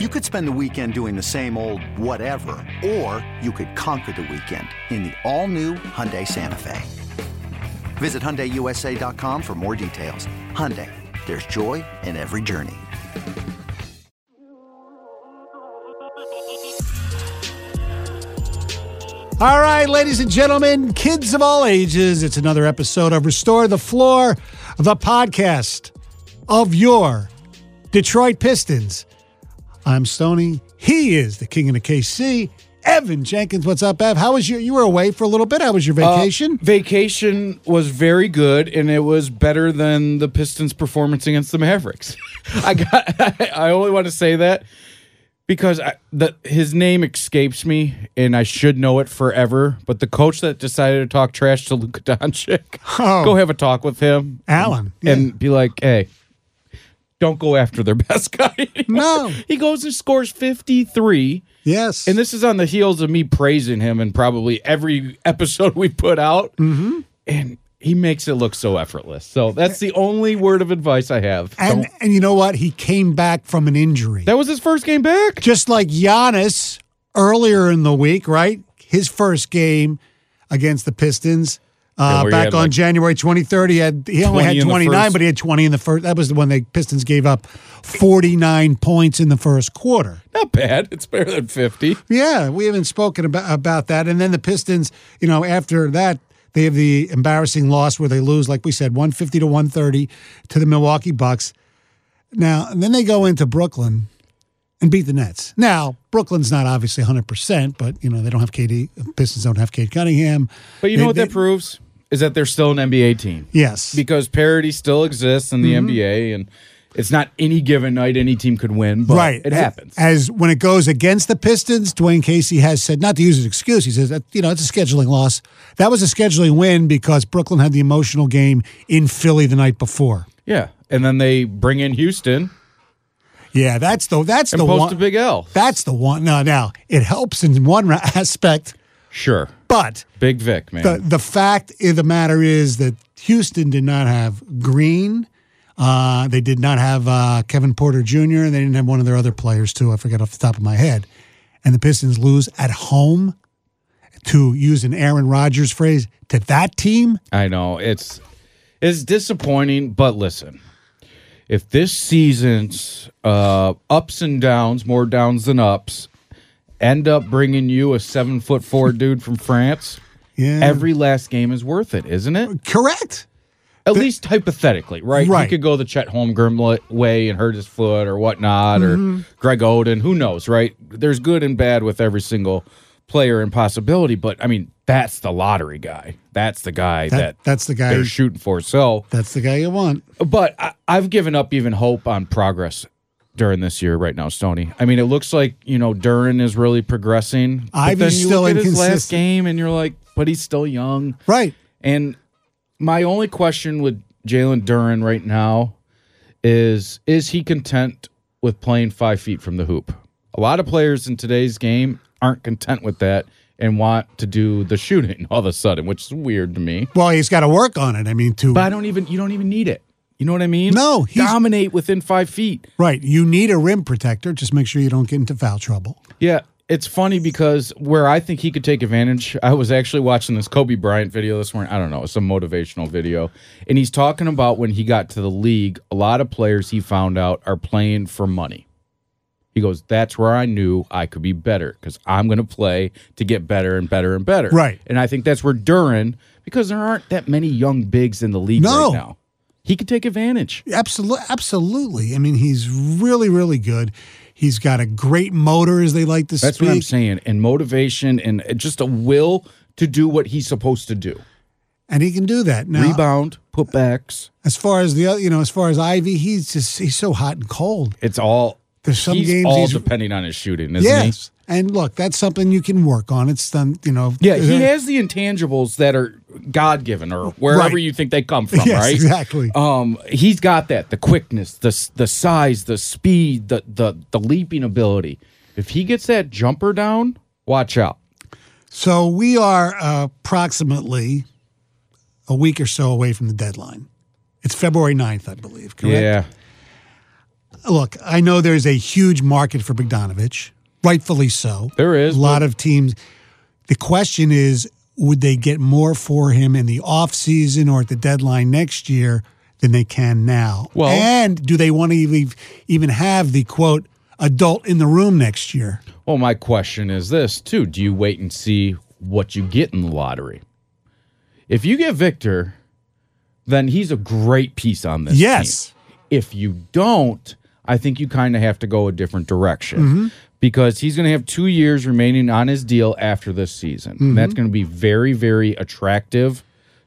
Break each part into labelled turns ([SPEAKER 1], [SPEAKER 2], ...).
[SPEAKER 1] You could spend the weekend doing the same old whatever, or you could conquer the weekend in the all-new Hyundai Santa Fe. Visit HyundaiUSA.com for more details. Hyundai, there's joy in every journey.
[SPEAKER 2] All right, ladies and gentlemen, kids of all ages, it's another episode of Restore the Floor, the podcast of your Detroit Pistons. I'm Stoney. He is the king of the KC. Evan Jenkins, what's up, Ev? How was your? You were away for a little bit. How was your
[SPEAKER 3] Uh,
[SPEAKER 2] vacation?
[SPEAKER 3] Vacation was very good, and it was better than the Pistons' performance against the Mavericks. I got. I, only want to say that because I, the, his name escapes me, and I should know it forever. But the coach that decided to talk trash to Luka Doncic,
[SPEAKER 2] Oh.
[SPEAKER 3] go have a talk with him,
[SPEAKER 2] Alan.
[SPEAKER 3] and be like, "Hey, don't go after their best guy." anymore."
[SPEAKER 2] No.
[SPEAKER 3] he goes and scores fifty three.
[SPEAKER 2] yes.
[SPEAKER 3] And this is on the heels of me praising him and probably every episode we put out. Mm-hmm. And he makes it look so effortless. So that's the only word of advice I have.
[SPEAKER 2] and
[SPEAKER 3] Don't-
[SPEAKER 2] and you know what? He came back from an injury.
[SPEAKER 3] that was his first game back.
[SPEAKER 2] just like Giannis earlier in the week, right? His first game against the Pistons
[SPEAKER 3] Yeah,
[SPEAKER 2] uh,
[SPEAKER 3] where he
[SPEAKER 2] back
[SPEAKER 3] had,
[SPEAKER 2] on
[SPEAKER 3] like,
[SPEAKER 2] January 23rd. He had he only
[SPEAKER 3] 20
[SPEAKER 2] had
[SPEAKER 3] in the
[SPEAKER 2] 29,
[SPEAKER 3] first.
[SPEAKER 2] but he had 20 in the first. That was the one the Pistons gave up 49 points in the first quarter.
[SPEAKER 3] Not bad. It's better than 50.
[SPEAKER 2] Yeah, we haven't spoken about about that. And then the Pistons, you know, after that. They have the embarrassing loss where they lose, like we said, 150 to 130 to the Milwaukee Bucks. Now, and then they go into Brooklyn and beat the Nets. Now, Brooklyn's not obviously 100%, but, you know, they don't have KD. Pistons don't have Kate Cunningham.
[SPEAKER 3] But you
[SPEAKER 2] They-
[SPEAKER 3] know what
[SPEAKER 2] they-
[SPEAKER 3] that proves? Is that they're still an NBA team
[SPEAKER 2] Yes.
[SPEAKER 3] because parity still exists in
[SPEAKER 2] Mm-hmm.
[SPEAKER 3] the NBA. And it's not any given night any team could win, but
[SPEAKER 2] right.
[SPEAKER 3] it
[SPEAKER 2] As-
[SPEAKER 3] happens.
[SPEAKER 2] As when it goes against the Pistons, Dwayne Casey has said, not to use an excuse, he says, that, you know, it's a scheduling loss. That was a scheduling win because Brooklyn had the emotional game in Philly the night before.
[SPEAKER 3] yeah. And then they bring in Houston
[SPEAKER 2] Yeah, that's the that's
[SPEAKER 3] and
[SPEAKER 2] the
[SPEAKER 3] post
[SPEAKER 2] one.
[SPEAKER 3] a big L.
[SPEAKER 2] that's the one. Now, now it helps in one ra- aspect,
[SPEAKER 3] Sure.
[SPEAKER 2] but
[SPEAKER 3] Big Vic, man.
[SPEAKER 2] the the fact of the matter is that Houston did not have Green. Uh, they did not have uh, Kevin Porter Jr. and they didn't have one of their other players too. I forget off the top of my head. And the Pistons lose at home. To use an Aaron Rodgers phrase, to that team,
[SPEAKER 3] I know it's it's disappointing, but listen, if this season's uh, ups and downs, more downs than ups, end up bringing you a seven foot four dude from France,
[SPEAKER 2] yeah,
[SPEAKER 3] every last game is worth it, isn't it?
[SPEAKER 2] correct.
[SPEAKER 3] At least hypothetically, right?
[SPEAKER 2] Uh, Right.
[SPEAKER 3] He could go the Chet Holmgren li- way and hurt his foot or whatnot,
[SPEAKER 2] Mm-hmm.
[SPEAKER 3] or Greg Oden. Who knows, right? There's good and bad with every single player and possibility, but I mean, that's the lottery guy. That's the guy
[SPEAKER 2] That,
[SPEAKER 3] that,
[SPEAKER 2] that's the guy.
[SPEAKER 3] they're shooting for. So
[SPEAKER 2] That's the guy you want.
[SPEAKER 3] but I, I've given up even hope on progress during this year right now, Stoney. I mean, it looks like you know Duran is really progressing. but
[SPEAKER 2] Ivy's
[SPEAKER 3] then you
[SPEAKER 2] still
[SPEAKER 3] look at his last
[SPEAKER 2] inconsistent.
[SPEAKER 3] game, and you're like, but he's still young.
[SPEAKER 2] Right.
[SPEAKER 3] And my only question with Jalen Duran right now is: is he content with playing five feet from the hoop? A lot of players in today's game aren't content with that and want to do the shooting all of a sudden, which is weird to me.
[SPEAKER 2] Well, he's got to work on it. I mean, to
[SPEAKER 3] But I don't even you don't even need it. You know what I mean?
[SPEAKER 2] No, he's-
[SPEAKER 3] dominate within five feet.
[SPEAKER 2] right, you need a rim protector. Just make sure you don't get into foul trouble.
[SPEAKER 3] Yeah, it's funny because where I think he could take advantage, I was actually watching this Kobe Bryant video this morning. I don't know, it's some motivational video, and he's talking about when he got to the league. A lot of players he found out are playing for money. He goes, "That's where I knew I could be better because I'm going to play to get better and better and better."
[SPEAKER 2] Right.
[SPEAKER 3] and I think that's where Duran, because there aren't that many young bigs in the league
[SPEAKER 2] No.
[SPEAKER 3] right now, he could take advantage.
[SPEAKER 2] Absolutely, absolutely. I mean, he's really, really good. He's got a great motor, as they like to
[SPEAKER 3] That's
[SPEAKER 2] speak.
[SPEAKER 3] what I'm saying. And motivation and just a will to do what he's supposed to do.
[SPEAKER 2] And he can do that now.
[SPEAKER 3] Rebound, putbacks.
[SPEAKER 2] As far as the other, you know, as far as Ivy, he's just he's so hot and cold.
[SPEAKER 3] It's all
[SPEAKER 2] There's some
[SPEAKER 3] he's
[SPEAKER 2] games
[SPEAKER 3] all
[SPEAKER 2] he's-
[SPEAKER 3] depending on his shooting, isn't
[SPEAKER 2] yes. And look, that's something you can work on. It's done, you know. Uh,
[SPEAKER 3] he? Yeah, he has the intangibles that are God given or wherever
[SPEAKER 2] Right.
[SPEAKER 3] you think they come from,
[SPEAKER 2] Yes,
[SPEAKER 3] right?
[SPEAKER 2] exactly.
[SPEAKER 3] Um, he's got that the quickness, the s- the size, the speed, the the the leaping ability. If he gets that jumper down, watch out.
[SPEAKER 2] So we are uh, approximately a week or so away from the deadline. It's February 9th, I believe, correct?
[SPEAKER 3] Yeah,
[SPEAKER 2] look, I know there's a huge market for Bogdanovich, rightfully so.
[SPEAKER 3] There is,
[SPEAKER 2] a lot of teams. The question is, would they get more for him in the offseason or at the deadline next year than they can now?
[SPEAKER 3] Well-
[SPEAKER 2] and do they want to even, even have the quote adult in the room next year?
[SPEAKER 3] Well, my question is this too: Do you wait and see what you get in the lottery? If you get Victor, then he's a great piece on this.
[SPEAKER 2] Yes.
[SPEAKER 3] team. If you don't, I think you kind of have to go a different direction because he's going to have two years remaining on his deal after this season. And that's going to be very, very attractive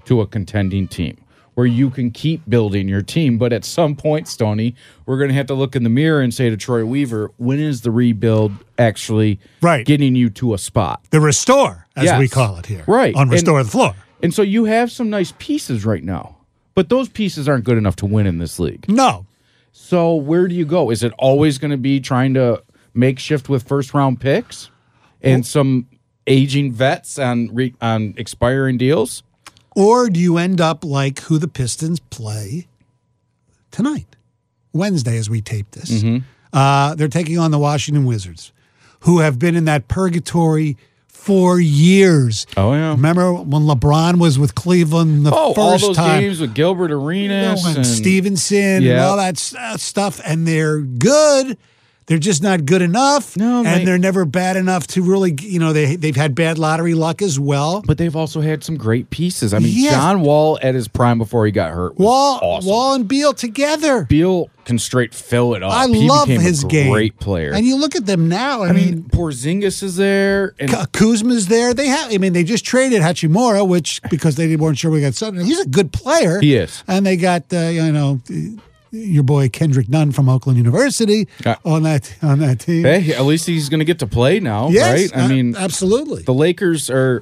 [SPEAKER 3] to a contending team. Where you can keep building your team, but at some point, Stoney, we're going to have to look in the mirror and say to Troy Weaver, when is the rebuild actually
[SPEAKER 2] Right.
[SPEAKER 3] getting you to a spot?
[SPEAKER 2] The restore, as
[SPEAKER 3] Yes.
[SPEAKER 2] we call it here,
[SPEAKER 3] Right.
[SPEAKER 2] on
[SPEAKER 3] And-
[SPEAKER 2] restore the floor.
[SPEAKER 3] And so you have some nice pieces right now, but those pieces aren't good enough to win in this league.
[SPEAKER 2] No,
[SPEAKER 3] So where do you go? Is it always going to be trying to make shift with first round picks and some aging vets on re- on expiring deals?
[SPEAKER 2] Or do you end up like who the Pistons play tonight, Wednesday, as we tape this?
[SPEAKER 3] Mm-hmm.
[SPEAKER 2] Uh, they're taking on the Washington Wizards, who have been in that purgatory for years.
[SPEAKER 3] Oh, yeah.
[SPEAKER 2] Remember when LeBron was with Cleveland the
[SPEAKER 3] Oh,
[SPEAKER 2] first
[SPEAKER 3] all those
[SPEAKER 2] time?
[SPEAKER 3] games with Gilbert Arenas
[SPEAKER 2] and
[SPEAKER 3] and
[SPEAKER 2] Stevenson and
[SPEAKER 3] Yeah.
[SPEAKER 2] all that s- uh, stuff, and they're good. They're just not good enough,
[SPEAKER 3] No,
[SPEAKER 2] and
[SPEAKER 3] mate.
[SPEAKER 2] they're never bad enough to really, g- you know, they they've had bad lottery luck as well.
[SPEAKER 3] But they've also had some great pieces. I mean,
[SPEAKER 2] Yes.
[SPEAKER 3] John Wall at his prime before he got hurt. Was
[SPEAKER 2] Wall,
[SPEAKER 3] awesome.
[SPEAKER 2] Wall and Beal together.
[SPEAKER 3] Beal can straight fill it up.
[SPEAKER 2] I
[SPEAKER 3] he
[SPEAKER 2] love
[SPEAKER 3] became
[SPEAKER 2] his
[SPEAKER 3] a
[SPEAKER 2] game.
[SPEAKER 3] Great player.
[SPEAKER 2] And you look at them now. I,
[SPEAKER 3] I mean,
[SPEAKER 2] mean,
[SPEAKER 3] Porzingis is there, and
[SPEAKER 2] K Kuzma's there. They have. I mean, they just traded Hachimura, which because they weren't sure we got Sutton. He's a good player.
[SPEAKER 3] He is.
[SPEAKER 2] And they got uh, you know your boy Kendrick Nunn from Oakland University
[SPEAKER 3] Yeah.
[SPEAKER 2] on that on that team.
[SPEAKER 3] hey, at least he's going to get to play now,
[SPEAKER 2] Yes,
[SPEAKER 3] right? I
[SPEAKER 2] uh,
[SPEAKER 3] mean,
[SPEAKER 2] absolutely.
[SPEAKER 3] The Lakers are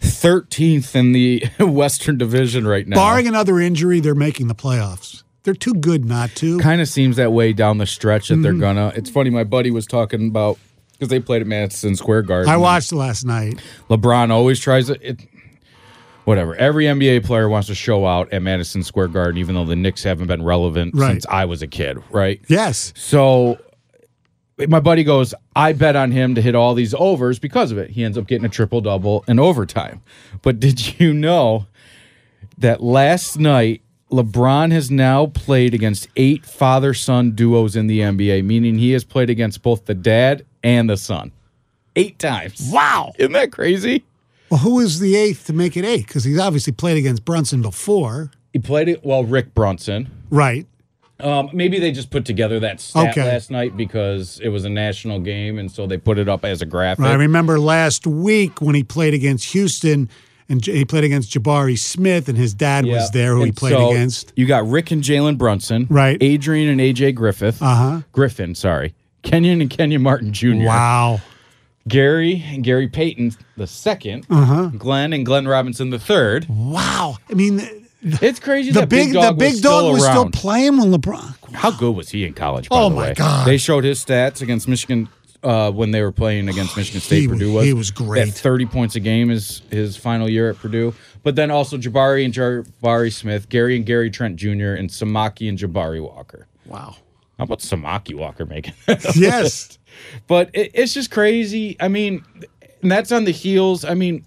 [SPEAKER 3] 13th in the Western Division right now.
[SPEAKER 2] Barring another injury, they're making the playoffs. They're too good not to.
[SPEAKER 3] kind of seems that way down the stretch that they're
[SPEAKER 2] Mm-hmm.
[SPEAKER 3] gonna. It's funny, my buddy was talking about because they played at Madison Square Garden.
[SPEAKER 2] I watched last night.
[SPEAKER 3] LeBron always tries to. It, whatever. Every NBA player wants to show out at Madison Square Garden, even though the Knicks haven't been relevant
[SPEAKER 2] Right.
[SPEAKER 3] since I was a kid, right?
[SPEAKER 2] Yes.
[SPEAKER 3] So my buddy goes, I bet on him to hit all these overs because of it. He ends up getting a triple double in overtime. But did you know that last night LeBron has now played against eight father son duos in the NBA, meaning he has played against both the dad and the son eight times.
[SPEAKER 2] Wow.
[SPEAKER 3] Isn't that crazy?
[SPEAKER 2] Well, who is the eighth to make it eight? Because he's obviously played against Brunson before,
[SPEAKER 3] He played it well, Rick Brunson.
[SPEAKER 2] right?
[SPEAKER 3] Um, maybe they just put together that stat
[SPEAKER 2] Okay.
[SPEAKER 3] last night because it was a national game, and so they put it up as a graphic.
[SPEAKER 2] I remember last week when he played against Houston and J- he played against Jabari Smith and his dad was there who he
[SPEAKER 3] And
[SPEAKER 2] played
[SPEAKER 3] so
[SPEAKER 2] against.
[SPEAKER 3] You got Rick and Jalen Brunson,
[SPEAKER 2] Right. Uh-huh.
[SPEAKER 3] Adrian and AJ Griffith, uh huh, Griffin, sorry, Kenyon and Kenyon Martin Jr.
[SPEAKER 2] Wow.
[SPEAKER 3] Gary and Gary Payton the second, uh
[SPEAKER 2] Uh-huh.
[SPEAKER 3] huh, Glenn and Glenn Robinson the third.
[SPEAKER 2] Wow. I mean the,
[SPEAKER 3] It's crazy.
[SPEAKER 2] the
[SPEAKER 3] that
[SPEAKER 2] big, the
[SPEAKER 3] dog
[SPEAKER 2] big
[SPEAKER 3] was
[SPEAKER 2] dog
[SPEAKER 3] still
[SPEAKER 2] was still
[SPEAKER 3] around.
[SPEAKER 2] playing when LeBron.
[SPEAKER 3] How good was he in college? By
[SPEAKER 2] Oh,
[SPEAKER 3] the
[SPEAKER 2] my
[SPEAKER 3] way?
[SPEAKER 2] God.
[SPEAKER 3] They showed his stats against Michigan uh, when they were playing against Michigan State.
[SPEAKER 2] Oh, he was-
[SPEAKER 3] Purdue was
[SPEAKER 2] he was great.
[SPEAKER 3] At Thirty points a game is his final year at Purdue. But then also Jabari and Jabari Smith, Gary and Gary Trent Jr., and Samaki and Jabari Walker.
[SPEAKER 2] Wow.
[SPEAKER 3] How about Samaki Walker making?
[SPEAKER 2] Yes.
[SPEAKER 3] but it, it's just crazy. I mean, and that's on the heels. I mean,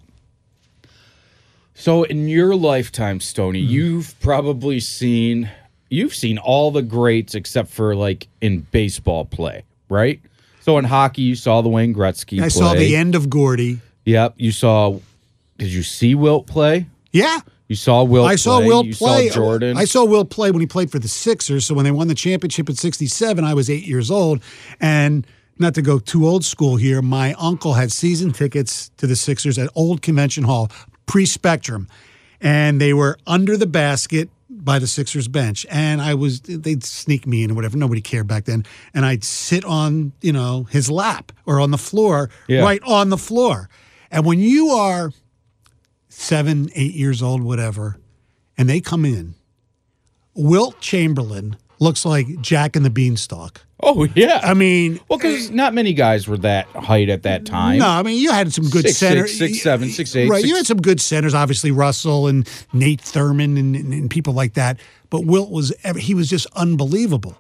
[SPEAKER 3] so in your lifetime, Stony,
[SPEAKER 2] Mm-hmm.
[SPEAKER 3] you've probably seen you've seen all the greats except for like in baseball play, right? So in hockey, you saw the Wayne Gretzky.
[SPEAKER 2] I
[SPEAKER 3] play.
[SPEAKER 2] saw the end of Gordy.
[SPEAKER 3] Yep, you saw. Did you see Wilt play?
[SPEAKER 2] Yeah.
[SPEAKER 3] You saw Wilt.
[SPEAKER 2] I saw
[SPEAKER 3] play.
[SPEAKER 2] Will
[SPEAKER 3] you
[SPEAKER 2] play.
[SPEAKER 3] Saw Jordan.
[SPEAKER 2] I saw Will play when he played for the Sixers. So when they won the championship in '67, I was eight years old. And not to go too old school here, my uncle had season tickets to the Sixers at Old Convention Hall, pre-Spectrum, and they were under the basket by the Sixers bench. And I was they'd sneak me in or whatever. Nobody cared back then. And I'd sit on you know his lap or on the floor,
[SPEAKER 3] Yeah.
[SPEAKER 2] right on the floor. And when you are seven, eight years old, whatever, and they come in. Wilt Chamberlain looks like Jack and the Beanstalk.
[SPEAKER 3] Oh yeah.
[SPEAKER 2] I mean,
[SPEAKER 3] well, because not many guys were that height at that time.
[SPEAKER 2] no, I mean you had some good
[SPEAKER 3] Six,
[SPEAKER 2] centers,
[SPEAKER 3] six, six, seven, six, eight,
[SPEAKER 2] right? you
[SPEAKER 3] six-
[SPEAKER 2] had some good centers, obviously Russell and Nate Thurman and, and, and people like that. But Wilt was ev- he was just unbelievable.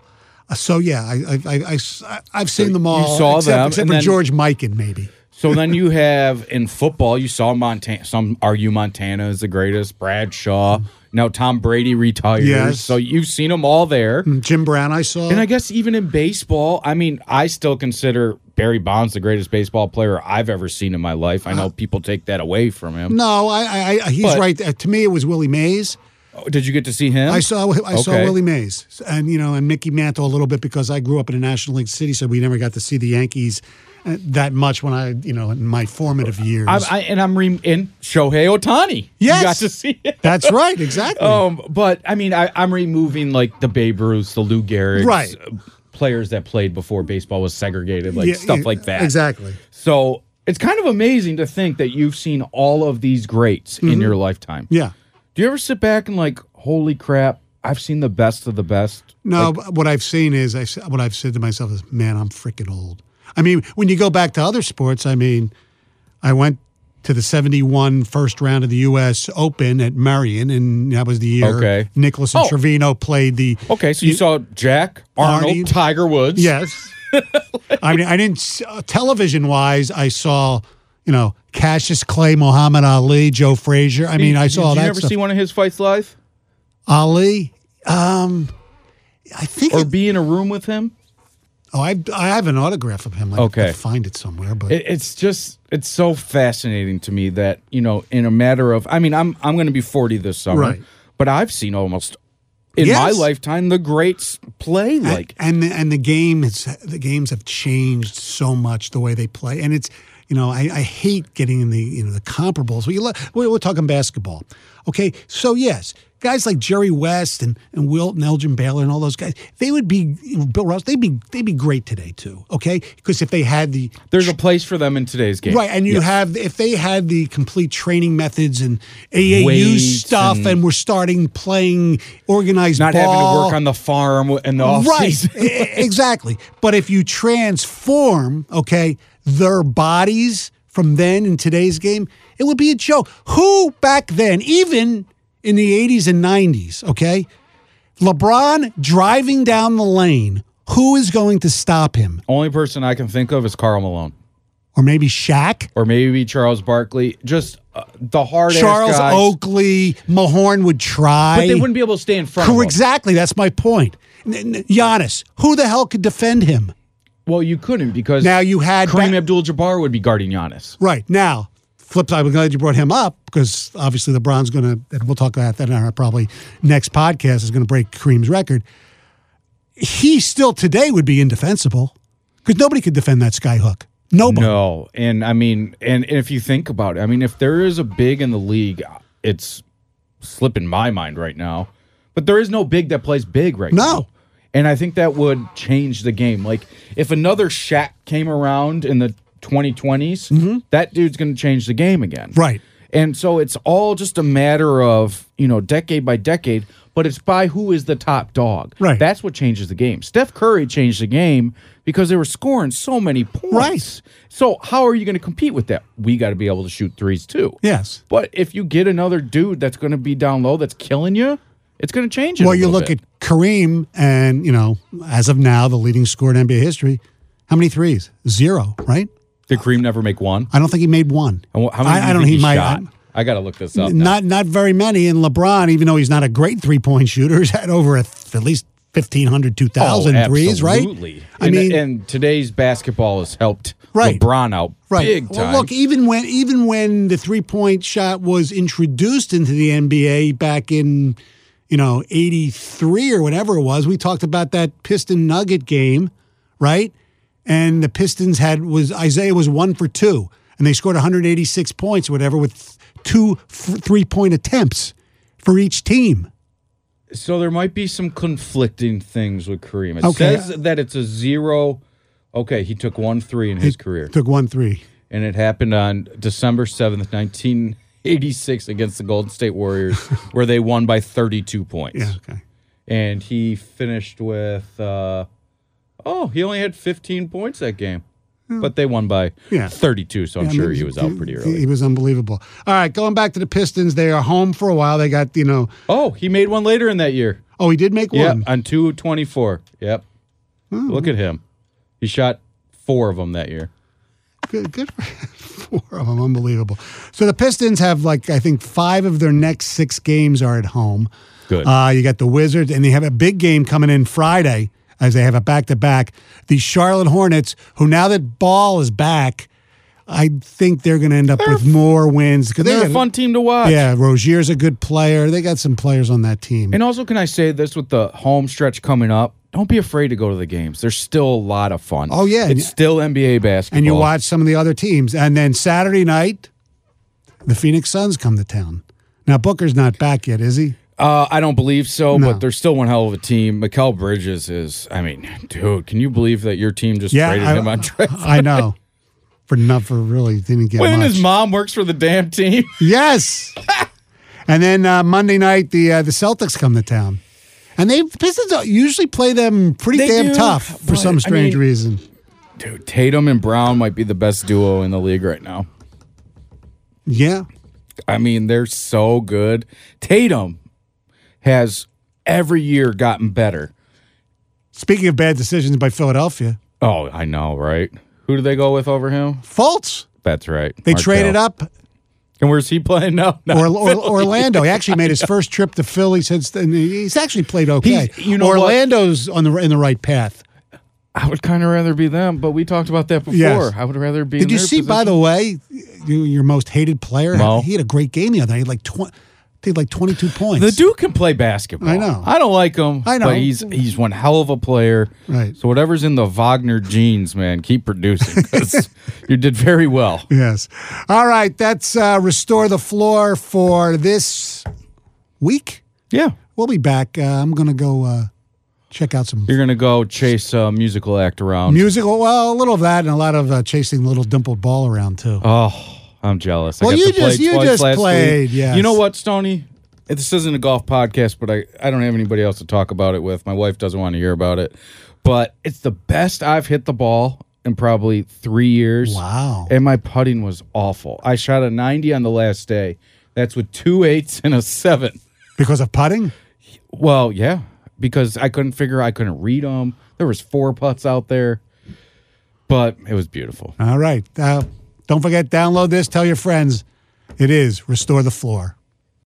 [SPEAKER 2] Uh, So yeah, I I, I, I I've seen them
[SPEAKER 3] you
[SPEAKER 2] all.
[SPEAKER 3] saw
[SPEAKER 2] except,
[SPEAKER 3] them,
[SPEAKER 2] except
[SPEAKER 3] and
[SPEAKER 2] for
[SPEAKER 3] then-
[SPEAKER 2] George Mikan, maybe.
[SPEAKER 3] So then you have in football, you saw Montana. Some argue Montana is the greatest. Bradshaw. Now Tom Brady retires.
[SPEAKER 2] Yes. Mm-hmm.
[SPEAKER 3] So you've seen them all there.
[SPEAKER 2] Jim Brown, I saw.
[SPEAKER 3] And I guess even in baseball, I mean, I still consider Barry Bonds the greatest baseball player I've ever seen in my life. I know
[SPEAKER 2] Uh-huh.
[SPEAKER 3] people take that away from him.
[SPEAKER 2] no, I, I, I he's
[SPEAKER 3] But-
[SPEAKER 2] right. Uh, to me, it was Willie Mays.
[SPEAKER 3] Oh, Did you get to see him?
[SPEAKER 2] I saw I saw
[SPEAKER 3] Okay.
[SPEAKER 2] Willie Mays and you know and Mickey Mantle a little bit because I grew up in a National League city, so we never got to see the Yankees uh, that much when I you know in my formative years.
[SPEAKER 3] I, I, and I'm re- in Shohei Otani.
[SPEAKER 2] Yes.
[SPEAKER 3] You got to see it.
[SPEAKER 2] That's right, exactly.
[SPEAKER 3] Um, but I mean, I, I'm removing like the Babe Ruths, the Lou Gehrig's,
[SPEAKER 2] Right.
[SPEAKER 3] uh, players that played before baseball was segregated, like
[SPEAKER 2] Yeah,
[SPEAKER 3] stuff
[SPEAKER 2] yeah,
[SPEAKER 3] like that.
[SPEAKER 2] Exactly.
[SPEAKER 3] So it's kind of amazing to think that you've seen all of these greats
[SPEAKER 2] Mm-hmm.
[SPEAKER 3] in your lifetime.
[SPEAKER 2] Yeah.
[SPEAKER 3] Do you ever sit back and like, holy crap, I've seen the best of the best?
[SPEAKER 2] No, but what I've seen is I s- what I've said to myself is, man, I'm freaking old. I mean, when you go back to other sports, I mean, I went to the 71 first round of the U.S. Open at Marion, and that was the year
[SPEAKER 3] Okay.
[SPEAKER 2] Nicholas and
[SPEAKER 3] Oh.
[SPEAKER 2] Trevino played the
[SPEAKER 3] Okay, so you, saw Jack, Arnold,
[SPEAKER 2] Arnie.
[SPEAKER 3] Tiger Woods.
[SPEAKER 2] Yes. I mean, I didn't, television wise, I saw, you know, Cassius Clay, Muhammad Ali, Joe Frazier. I mean, I saw
[SPEAKER 3] Did
[SPEAKER 2] that
[SPEAKER 3] you ever
[SPEAKER 2] stuff.
[SPEAKER 3] see one of his fights live?
[SPEAKER 2] Ali, um, I think,
[SPEAKER 3] Or
[SPEAKER 2] it-
[SPEAKER 3] be in a room with him?
[SPEAKER 2] oh, I, I have an autograph of him. I
[SPEAKER 3] Okay.
[SPEAKER 2] could find it somewhere, but
[SPEAKER 3] It, it's just it's so fascinating to me that you know in a matter of I mean I'm I'm going to be 40 this summer,
[SPEAKER 2] Right.
[SPEAKER 3] but I've seen almost in my
[SPEAKER 2] Yes.
[SPEAKER 3] lifetime the greats play like
[SPEAKER 2] and the, and the game is the games have changed so much the way they play and it's you know I, I hate getting in the you know the comparables we lo- we're, we're talking basketball okay so yes guys like Jerry West and and Wilt and Elgin Baylor and all those guys they would be you know, Bill Russell they'd be they'd be great today too okay because if they had the
[SPEAKER 3] there's a place for them in today's game.
[SPEAKER 2] Right, and you have if they had the complete training methods and AAU
[SPEAKER 3] Weights
[SPEAKER 2] stuff, and,
[SPEAKER 3] and-
[SPEAKER 2] we're starting playing organized,
[SPEAKER 3] Not having to
[SPEAKER 2] ball,
[SPEAKER 3] work on the farm and the off
[SPEAKER 2] Right,
[SPEAKER 3] season.
[SPEAKER 2] E- e- exactly. But if you transform, okay, their bodies from then in today's game, it would be a joke. Who back then, even in the 80s and 90s, okay, LeBron driving down the lane, who is going to stop him?
[SPEAKER 3] Only person I can think of is Carl Malone
[SPEAKER 2] Or maybe Shaq?
[SPEAKER 3] or maybe Charles Barkley. Just uh, the hard
[SPEAKER 2] Charles
[SPEAKER 3] guys,
[SPEAKER 2] Oakley, Mahorn would try.
[SPEAKER 3] but they wouldn't be able to stay in front.
[SPEAKER 2] Cor-
[SPEAKER 3] of him.
[SPEAKER 2] Exactly. That's my point. N- n- Giannis, who the hell could defend him?
[SPEAKER 3] Well, you couldn't because
[SPEAKER 2] Now you had
[SPEAKER 3] Kareem
[SPEAKER 2] ba-
[SPEAKER 3] Abdul-Jabbar would be guarding Giannis.
[SPEAKER 2] Right. Now, flip side, I'm glad you brought him up because obviously LeBron's going to, and we'll talk about that in our probably next podcast, is going to break Kareem's record. He still today would be indefensible because nobody could defend that skyhook. Nobody.
[SPEAKER 3] No, and I mean, and, and if you think about it, I mean, if there is a big in the league, it's slipping my mind right now. But there is no big that plays big right
[SPEAKER 2] No.
[SPEAKER 3] now. And I think that would change the game. Like if another Shaq came around in the 2020s, that dude's going to change the game again.
[SPEAKER 2] Mm-hmm. Right.
[SPEAKER 3] And so it's all just a matter of, you know, decade by decade, but it's by who is the top dog.
[SPEAKER 2] Right.
[SPEAKER 3] That's what changes the game. Steph Curry changed the game because they were scoring so many points.
[SPEAKER 2] Right.
[SPEAKER 3] So how are you going to compete with that? We got to be able to shoot threes too.
[SPEAKER 2] Yes.
[SPEAKER 3] But if you get another dude that's going to be down low that's killing you, it's going to change it.
[SPEAKER 2] Well,
[SPEAKER 3] a
[SPEAKER 2] you
[SPEAKER 3] little
[SPEAKER 2] look
[SPEAKER 3] bit.
[SPEAKER 2] at Kareem, and, you know, as of now, the leading scorer in NBA history. How many threes? Zero, right?
[SPEAKER 3] did Kareem never make one?
[SPEAKER 2] I don't think he made one.
[SPEAKER 3] And wh- How many
[SPEAKER 2] I,
[SPEAKER 3] do
[SPEAKER 2] I
[SPEAKER 3] you
[SPEAKER 2] don't
[SPEAKER 3] think
[SPEAKER 2] he might.
[SPEAKER 3] shot? I got to look this up. now.
[SPEAKER 2] Not not very many. And LeBron, even though he's not a great three point shooter, has had over a, at least 1,500, 2,000
[SPEAKER 3] Oh,
[SPEAKER 2] threes, right?
[SPEAKER 3] Absolutely.
[SPEAKER 2] I
[SPEAKER 3] and,
[SPEAKER 2] mean,
[SPEAKER 3] and today's basketball has helped
[SPEAKER 2] Right.
[SPEAKER 3] LeBron out
[SPEAKER 2] right.
[SPEAKER 3] big time.
[SPEAKER 2] Well, look, even when even when the three point shot was introduced into the NBA back in you know '83 or whatever it was, we talked about that Piston Nugget game, right? And the Pistons had was Isaiah was one for two, and they scored 186 points, or whatever, with two three point attempts for each team.
[SPEAKER 3] so there might be some conflicting things with Kareem. It
[SPEAKER 2] Okay.
[SPEAKER 3] says that it's a zero. Okay, he took one three in his career,
[SPEAKER 2] Took one three.
[SPEAKER 3] and it happened on December seventh, nineteen eighty six, against the Golden State Warriors, where they won by thirty two points.
[SPEAKER 2] Yeah. Okay.
[SPEAKER 3] And he finished with, uh, oh, he only had fifteen points that game, but they won by
[SPEAKER 2] Yeah.
[SPEAKER 3] thirty two. So I'm
[SPEAKER 2] I
[SPEAKER 3] sure
[SPEAKER 2] mean,
[SPEAKER 3] he was out pretty early.
[SPEAKER 2] He was unbelievable. All right, going back to the Pistons, they are home for a while. They got you know.
[SPEAKER 3] Oh, he made one later in that year.
[SPEAKER 2] Oh, he did make
[SPEAKER 3] Yeah,
[SPEAKER 2] one.
[SPEAKER 3] on 224. Yep.
[SPEAKER 2] Hmm.
[SPEAKER 3] Look at him. He shot four of them that year.
[SPEAKER 2] Good, good for four of them. Unbelievable. So the Pistons have like I think five of their next six games are at home.
[SPEAKER 3] Good.
[SPEAKER 2] Uh, you got the Wizards, and they have a big game coming in Friday as they have a back to back. The Charlotte Hornets, who now that Ball is back, I think they're going to end up with more wins because
[SPEAKER 3] They're a fun team to watch.
[SPEAKER 2] Yeah, Rozier's a good player. They got some players on that team.
[SPEAKER 3] And also, can I say this with the home stretch coming up? Don't be afraid to go to the games. There's still a lot of fun.
[SPEAKER 2] Oh, yeah.
[SPEAKER 3] it's still NBA basketball.
[SPEAKER 2] and you watch some of the other teams. And then Saturday night, the Phoenix Suns come to town. Now Booker's not back yet, is he?
[SPEAKER 3] Uh, I don't believe so,
[SPEAKER 2] No.
[SPEAKER 3] but they're still one hell of a team. Mikel Bridges is. I mean, dude, can you believe that your team just
[SPEAKER 2] Yeah,
[SPEAKER 3] traded
[SPEAKER 2] I,
[SPEAKER 3] him on trade?
[SPEAKER 2] I know. For not for really didn't get
[SPEAKER 3] When
[SPEAKER 2] much.
[SPEAKER 3] his mom works for the damn team.
[SPEAKER 2] yes. and then uh, Monday night, the uh, the Celtics come to town, and they the Pistons usually play them pretty
[SPEAKER 3] They
[SPEAKER 2] damn
[SPEAKER 3] do,
[SPEAKER 2] tough for
[SPEAKER 3] but, I
[SPEAKER 2] some strange
[SPEAKER 3] mean-
[SPEAKER 2] reason.
[SPEAKER 3] Dude, Tatum and Brown might be the best duo in the league right now.
[SPEAKER 2] Yeah.
[SPEAKER 3] I mean, they're so good. Tatum has every year gotten better.
[SPEAKER 2] Speaking of bad decisions by Philadelphia,
[SPEAKER 3] Oh, I know, right? Who do they go with over him?
[SPEAKER 2] Fultz
[SPEAKER 3] That's right.
[SPEAKER 2] they
[SPEAKER 3] Markel.
[SPEAKER 2] traded up
[SPEAKER 3] And where's he playing now? No.
[SPEAKER 2] or, or Orlando. He actually made his first trip to Philly since then. He's actually played okay.
[SPEAKER 3] He's- you know what?
[SPEAKER 2] Orlando's on the in the right path.
[SPEAKER 3] I would kind of rather be them, but we talked about that before.
[SPEAKER 2] Yes.
[SPEAKER 3] I would rather be. in
[SPEAKER 2] Did you
[SPEAKER 3] their
[SPEAKER 2] see? By
[SPEAKER 3] position.
[SPEAKER 2] the way, you, your most hated player.
[SPEAKER 3] Mo.
[SPEAKER 2] He had a great game the other night. He had like twenty. He had like twenty two points.
[SPEAKER 3] The dude can play basketball.
[SPEAKER 2] I know.
[SPEAKER 3] I don't like him.
[SPEAKER 2] I know.
[SPEAKER 3] But he's he's one hell of a player.
[SPEAKER 2] Right.
[SPEAKER 3] So whatever's in the Wagner genes, man, keep producing 'cause you did very well.
[SPEAKER 2] Yes. All right. That's uh, restore the floor for this week.
[SPEAKER 3] Yeah.
[SPEAKER 2] We'll be back. Uh, I'm gonna go uh, check out some
[SPEAKER 3] You're gonna go chase a musical act around.
[SPEAKER 2] musical. Well, a little of that and a lot of uh, chasing little dimpled ball around too.
[SPEAKER 3] oh, I'm jealous.
[SPEAKER 2] Well,
[SPEAKER 3] I got
[SPEAKER 2] you
[SPEAKER 3] to play
[SPEAKER 2] just- you
[SPEAKER 3] twice
[SPEAKER 2] just
[SPEAKER 3] last
[SPEAKER 2] played,
[SPEAKER 3] Week.
[SPEAKER 2] yes.
[SPEAKER 3] You know what, Stony? This isn't a golf podcast, but I I don't have anybody else to talk about it with. My wife doesn't want to hear about it, but it's the best I've hit the ball in probably three years.
[SPEAKER 2] Wow.
[SPEAKER 3] And my putting was awful. I shot a 90 on the last day. That's with two eights and a seven.
[SPEAKER 2] Because of putting.
[SPEAKER 3] Well, yeah, because I couldn't figure, I couldn't read them. There was four putts out there, but it was beautiful.
[SPEAKER 2] All right. Uh, don't forget, download this. Tell your friends. It is restore the floor.